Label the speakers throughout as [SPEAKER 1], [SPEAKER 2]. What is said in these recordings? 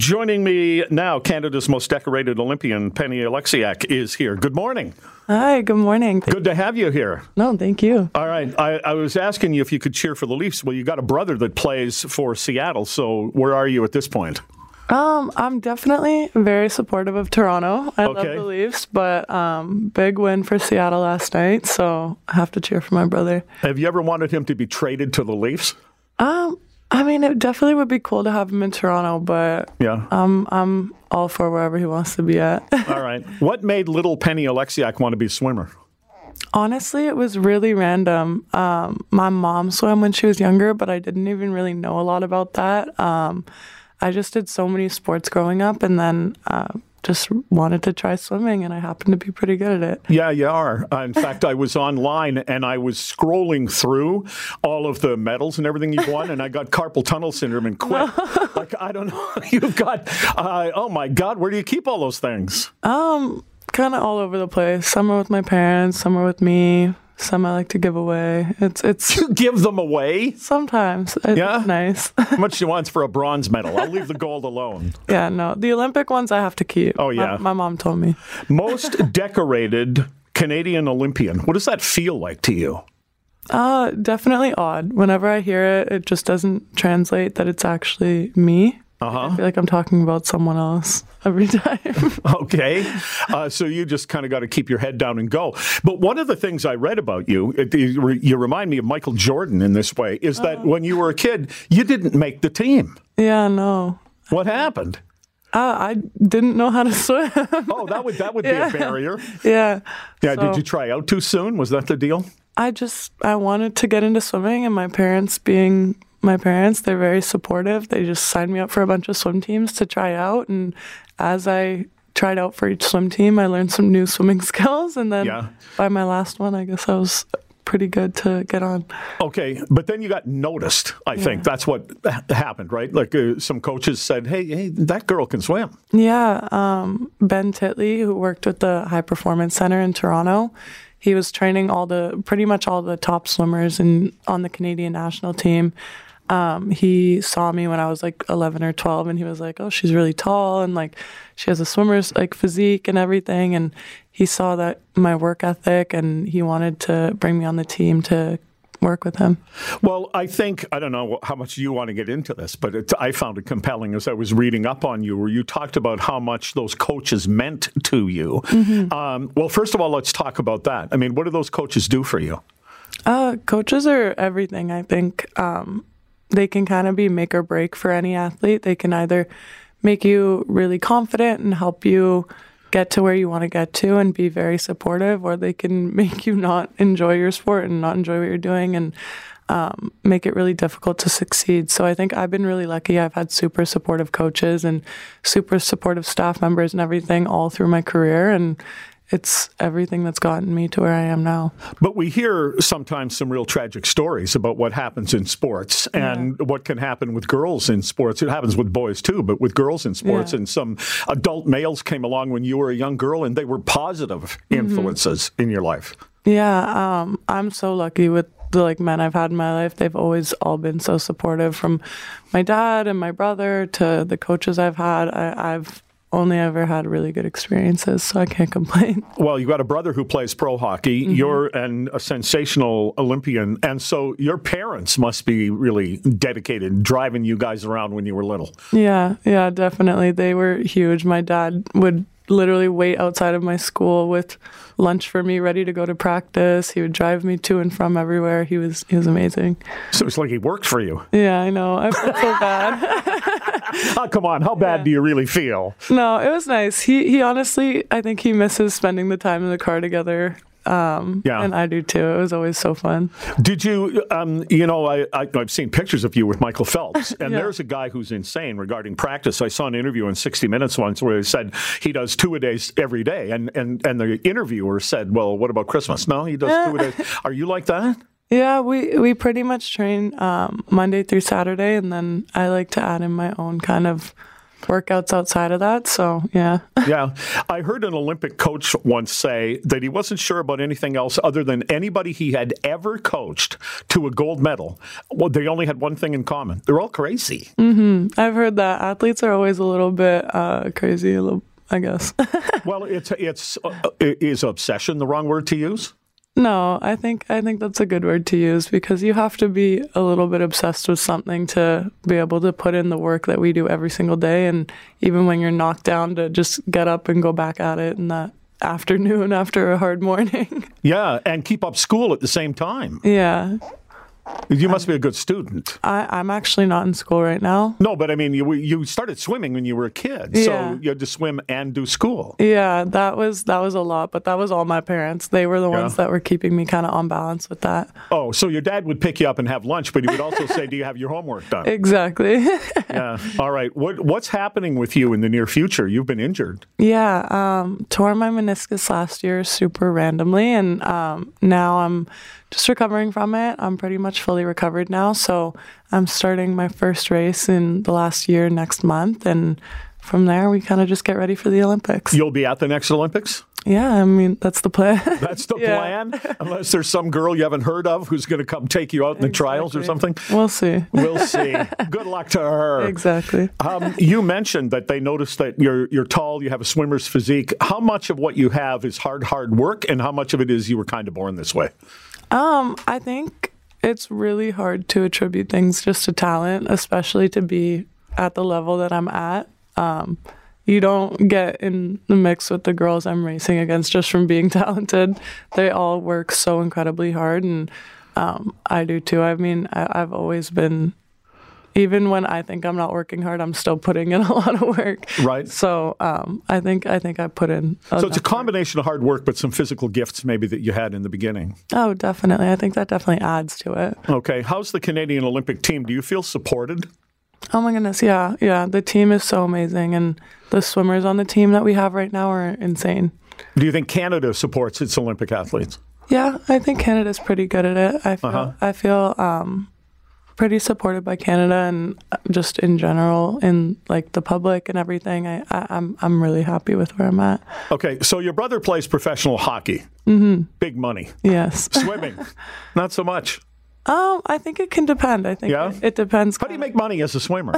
[SPEAKER 1] Joining me now, Canada's most decorated Olympian, Penny Alexiak, is here. Good morning.
[SPEAKER 2] Hi, good morning.
[SPEAKER 1] Good to have you here.
[SPEAKER 2] No, thank you.
[SPEAKER 1] All right. I, I was asking you if you could cheer for the Leafs. Well, you got a brother that plays for Seattle. So where are you at this point?
[SPEAKER 2] Um, I'm definitely very supportive of Toronto. I
[SPEAKER 1] Okay.
[SPEAKER 2] love the Leafs, but um, big win for Seattle last night, so I have to cheer for my brother.
[SPEAKER 1] Have you ever wanted him to be traded to the Leafs?
[SPEAKER 2] Um, I mean, it definitely would be cool to have him in Toronto, but
[SPEAKER 1] Yeah.
[SPEAKER 2] um, I'm all for wherever he wants to be at.
[SPEAKER 1] All right. What made little Penny Alexiak want to be a swimmer?
[SPEAKER 2] Honestly, it was really random. Um, my mom swam when she was younger, but I didn't even really know a lot about that. Um, I just did so many sports growing up and then uh, just wanted to try swimming, and I happened to be pretty good at it.
[SPEAKER 1] Yeah, you are. Uh, In fact, I was online and I was scrolling through all of the medals and everything you've won, and I got carpal tunnel syndrome and quit. like, I don't know. You've got, uh, oh my God, where do you keep all those things?
[SPEAKER 2] Um, kind of all over the place. Some are with my parents, some are with me, some I like to give away. It's, it's
[SPEAKER 1] You give them away?
[SPEAKER 2] sometimes it's
[SPEAKER 1] Yeah?
[SPEAKER 2] nice.
[SPEAKER 1] How much do you want for a bronze medal? I'll leave the gold alone.
[SPEAKER 2] yeah, no, the Olympic ones I have to keep.
[SPEAKER 1] Oh,
[SPEAKER 2] My-
[SPEAKER 1] yeah.
[SPEAKER 2] my mom told me.
[SPEAKER 1] Most decorated Canadian Olympian. What does that feel like to you?
[SPEAKER 2] Uh, definitely odd. Whenever I hear it, it just doesn't translate that it's actually me.
[SPEAKER 1] Uh-huh.
[SPEAKER 2] I feel like I'm talking about someone else every time.
[SPEAKER 1] Okay. Uh, so you just kind of got to keep your head down and go. But one of the things I read about you, it, you re- you remind me of Michael Jordan in this way, is that when you were a kid, you didn't make the team.
[SPEAKER 2] yeah, no.
[SPEAKER 1] What happened?
[SPEAKER 2] Uh, I didn't know how to swim.
[SPEAKER 1] Oh, that would that would be a barrier.
[SPEAKER 2] yeah.
[SPEAKER 1] Yeah,
[SPEAKER 2] So-
[SPEAKER 1] did you try out too soon? Was that the deal?
[SPEAKER 2] I just I wanted to get into swimming, and my parents being my parents, they're very supportive. They just signed me up for a bunch of swim teams to try out, and as I tried out for each swim team, I learned some new swimming skills, and then
[SPEAKER 1] Yeah.
[SPEAKER 2] by my last one, I guess I was pretty good to get on.
[SPEAKER 1] Okay, but then you got noticed. I think that's what ha- happened, right? Like uh, some coaches said, "Hey, hey, that girl can swim."
[SPEAKER 2] Yeah, um, Ben Titley, who worked with the High Performance Center in Toronto, he was training all the pretty much all the top swimmers in on the Canadian national team. Um, he saw me when I was like 11 or 12, and he was like, "Oh, she's really tall, and like she has a swimmer's like physique and everything." And he saw that my work ethic, and he wanted to bring me on the team to work with him.
[SPEAKER 1] Well, I think I don't know how much you want to get into this, but it, I found it compelling as I was reading up on you, where you talked about how much those coaches meant to you. Um, well, first of all, let's talk about that. I mean, what do those coaches do for you?
[SPEAKER 2] Uh, coaches are everything, I think. Um, they can kind of be make or break for any athlete. They can either make you really confident and help you get to where you want to get to and be very supportive, or they can make you not enjoy your sport and not enjoy what you're doing and um, make it really difficult to succeed. So I think I've been really lucky. I've had super supportive coaches and super supportive staff members and everything all through my career. And it's everything that's gotten me to where I am now.
[SPEAKER 1] But we hear sometimes some real tragic stories about what happens in sports and what can happen with girls in sports. It happens with boys too, but with girls in sports.
[SPEAKER 2] Yeah.
[SPEAKER 1] And some adult males came along when you were a young girl, and they were positive influences in your life.
[SPEAKER 2] Yeah, um, I'm so lucky with the like men I've had in my life. They've always all been so supportive, from my dad and my brother to the coaches I've had. I, I've only ever had really good experiences, so I can't complain.
[SPEAKER 1] Well, you've got a brother who plays pro hockey.
[SPEAKER 2] Mm-hmm.
[SPEAKER 1] You're an, a sensational Olympian. And so your parents must be really dedicated, driving you guys around when you were little.
[SPEAKER 2] Yeah, yeah, definitely. They were huge. My dad would literally wait outside of my school with lunch for me, ready to go to practice. He would drive me to and from everywhere. He was he was amazing.
[SPEAKER 1] So it's like he worked for you.
[SPEAKER 2] Yeah, I know. I feel so bad.
[SPEAKER 1] Oh, come on. How bad do you really feel?
[SPEAKER 2] No, it was nice. He he honestly, I think he misses spending the time in the car together. Um,
[SPEAKER 1] Yeah.
[SPEAKER 2] and I do too. It was always so fun.
[SPEAKER 1] Did you, um, you know, I, I, I've seen pictures of you with Michael Phelps, and
[SPEAKER 2] Yeah.
[SPEAKER 1] there's a guy who's insane regarding practice. I saw an interview in 60 Minutes once where he said he does two a days every day. And, and, and the interviewer said, Well, what about Christmas? No, he does two a days. Are you like that?
[SPEAKER 2] Yeah, we we pretty much train um, Monday through Saturday, and then I like to add in my own kind of workouts outside of that. So, yeah.
[SPEAKER 1] yeah. I heard an Olympic coach once say that he wasn't sure about anything else other than anybody he had ever coached to a gold medal. Well, they only had one thing in common they're all crazy.
[SPEAKER 2] Mm-hmm. I've heard that athletes are always a little bit uh, crazy, a little, I guess.
[SPEAKER 1] well, it's, it's, uh, is obsession the wrong word to use?
[SPEAKER 2] No, I think I think that's a good word to use because you have to be a little bit obsessed with something to be able to put in the work that we do every single day and even when you're knocked down to just get up and go back at it and that afternoon after a hard morning.
[SPEAKER 1] Yeah, and keep up school at the same time.
[SPEAKER 2] Yeah.
[SPEAKER 1] You must be a good student.
[SPEAKER 2] I, am actually not in school right now.
[SPEAKER 1] No, but I mean, you you started swimming when you were a kid, yeah. so you had to swim and do school.
[SPEAKER 2] Yeah, that was that was a lot, but that was all my parents. They were the yeah. ones that were keeping me kind of on balance with that.
[SPEAKER 1] Oh, so your dad would pick you up and have lunch, but he would also say, "Do you have your homework done?"
[SPEAKER 2] Exactly.
[SPEAKER 1] yeah. Uh, All right. What what's happening with you in the near future? You've been injured.
[SPEAKER 2] Yeah, um, tore my meniscus last year, super randomly, and um, now I'm just recovering from it. I'm pretty much fully recovered now. So I'm starting my first race in the last year next month. And from there, we kind of just get ready for the Olympics.
[SPEAKER 1] You'll be at the next Olympics?
[SPEAKER 2] Yeah, I mean, that's the plan.
[SPEAKER 1] That's the yeah. plan. Unless there's some girl you haven't heard of who's going to come take you out in the exactly. trials or something.
[SPEAKER 2] We'll see.
[SPEAKER 1] We'll see. Good luck to her.
[SPEAKER 2] Exactly.
[SPEAKER 1] Um, you mentioned that they noticed that you're, you're tall, you have a swimmer's physique. How much of what you have is hard, hard work, and how much of it is you were kind of born this way?
[SPEAKER 2] Um, I think it's really hard to attribute things just to talent, especially to be at the level that I'm at. Um, you don't get in the mix with the girls I'm racing against just from being talented. They all work so incredibly hard, and um, I do too. I mean, I, I've always been even when I think I'm not working hard, I'm still putting in a lot of work.
[SPEAKER 1] Right.
[SPEAKER 2] So um, I think I think I put in.
[SPEAKER 1] So it's a combination work. of hard work, but some physical gifts maybe that you had in the beginning.
[SPEAKER 2] Oh, definitely. I think that definitely adds to it.
[SPEAKER 1] Okay. How's the Canadian Olympic team? Do you feel supported?
[SPEAKER 2] Oh my goodness, yeah, yeah. The team is so amazing, and the swimmers on the team that we have right now are insane.
[SPEAKER 1] Do you think Canada supports its Olympic athletes?
[SPEAKER 2] Yeah, I think Canada's pretty good at it. I feel, uh-huh. I feel um, pretty supported by Canada and uh, just in general in like the public and everything. I, I am I'm, I'm really happy with where I'm at.
[SPEAKER 1] Okay, so your brother plays professional hockey.
[SPEAKER 2] Mm-hmm.
[SPEAKER 1] Big money.
[SPEAKER 2] Yes.
[SPEAKER 1] Swimming, not so much.
[SPEAKER 2] Um, I think it can depend. I think yeah? it, it depends.
[SPEAKER 1] How do you make money as a swimmer?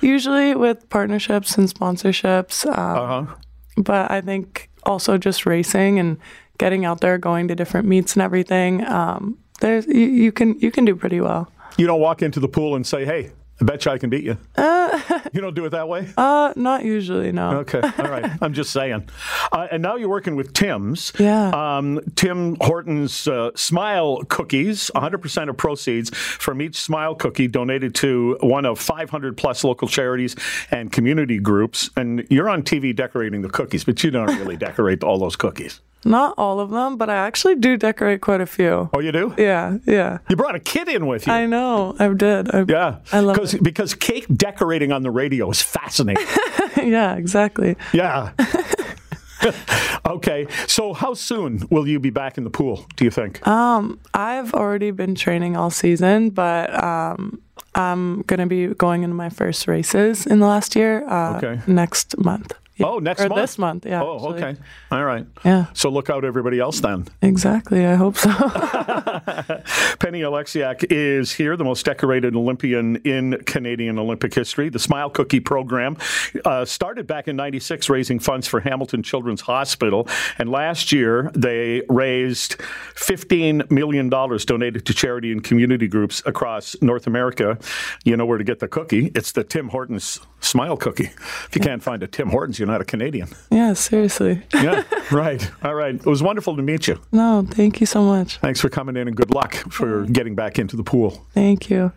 [SPEAKER 2] Usually with partnerships and sponsorships.
[SPEAKER 1] Um, uh-huh.
[SPEAKER 2] But I think also just racing and getting out there, going to different meets and everything. Um, there's you, you can you can do pretty well
[SPEAKER 1] you don't walk into the pool and say, "Hey, I bet you I can beat you."
[SPEAKER 2] Uh,
[SPEAKER 1] you don't do it that way.
[SPEAKER 2] Uh, not usually, no.
[SPEAKER 1] Okay, all right. I'm just saying. Uh, and now you're working with Tim's.
[SPEAKER 2] Yeah.
[SPEAKER 1] Um, Tim Horton's uh, Smile Cookies. 100% of proceeds from each Smile Cookie donated to one of 500 plus local charities and community groups. And you're on TV decorating the cookies, but you don't really decorate all those cookies.
[SPEAKER 2] Not all of them, but I actually do decorate quite a few.
[SPEAKER 1] Oh, you do?
[SPEAKER 2] Yeah, yeah.
[SPEAKER 1] You brought a kid in with you.
[SPEAKER 2] I know, I did. I,
[SPEAKER 1] yeah,
[SPEAKER 2] I love
[SPEAKER 1] it because cake decorating on the radio is fascinating.
[SPEAKER 2] yeah, exactly.
[SPEAKER 1] Yeah. okay, so how soon will you be back in the pool? Do you think?
[SPEAKER 2] Um, I've already been training all season, but um, I'm gonna be going into my first races in the last year. Uh, okay. Next month.
[SPEAKER 1] Yeah. Oh, next
[SPEAKER 2] or
[SPEAKER 1] month.
[SPEAKER 2] This month, yeah.
[SPEAKER 1] Oh, actually. okay. All right.
[SPEAKER 2] Yeah.
[SPEAKER 1] So look out, everybody else, then.
[SPEAKER 2] Exactly. I hope so.
[SPEAKER 1] Penny Alexiak is here, the most decorated Olympian in Canadian Olympic history. The Smile Cookie program uh, started back in '96, raising funds for Hamilton Children's Hospital, and last year they raised 15 million dollars donated to charity and community groups across North America. You know where to get the cookie? It's the Tim Hortons Smile Cookie. If you can't find a Tim Hortons, you're not a Canadian.
[SPEAKER 2] Yeah, seriously.
[SPEAKER 1] yeah, right. All right. It was wonderful to meet you.
[SPEAKER 2] No, thank you so much.
[SPEAKER 1] Thanks for coming in and good luck for getting back into the pool.
[SPEAKER 2] Thank you.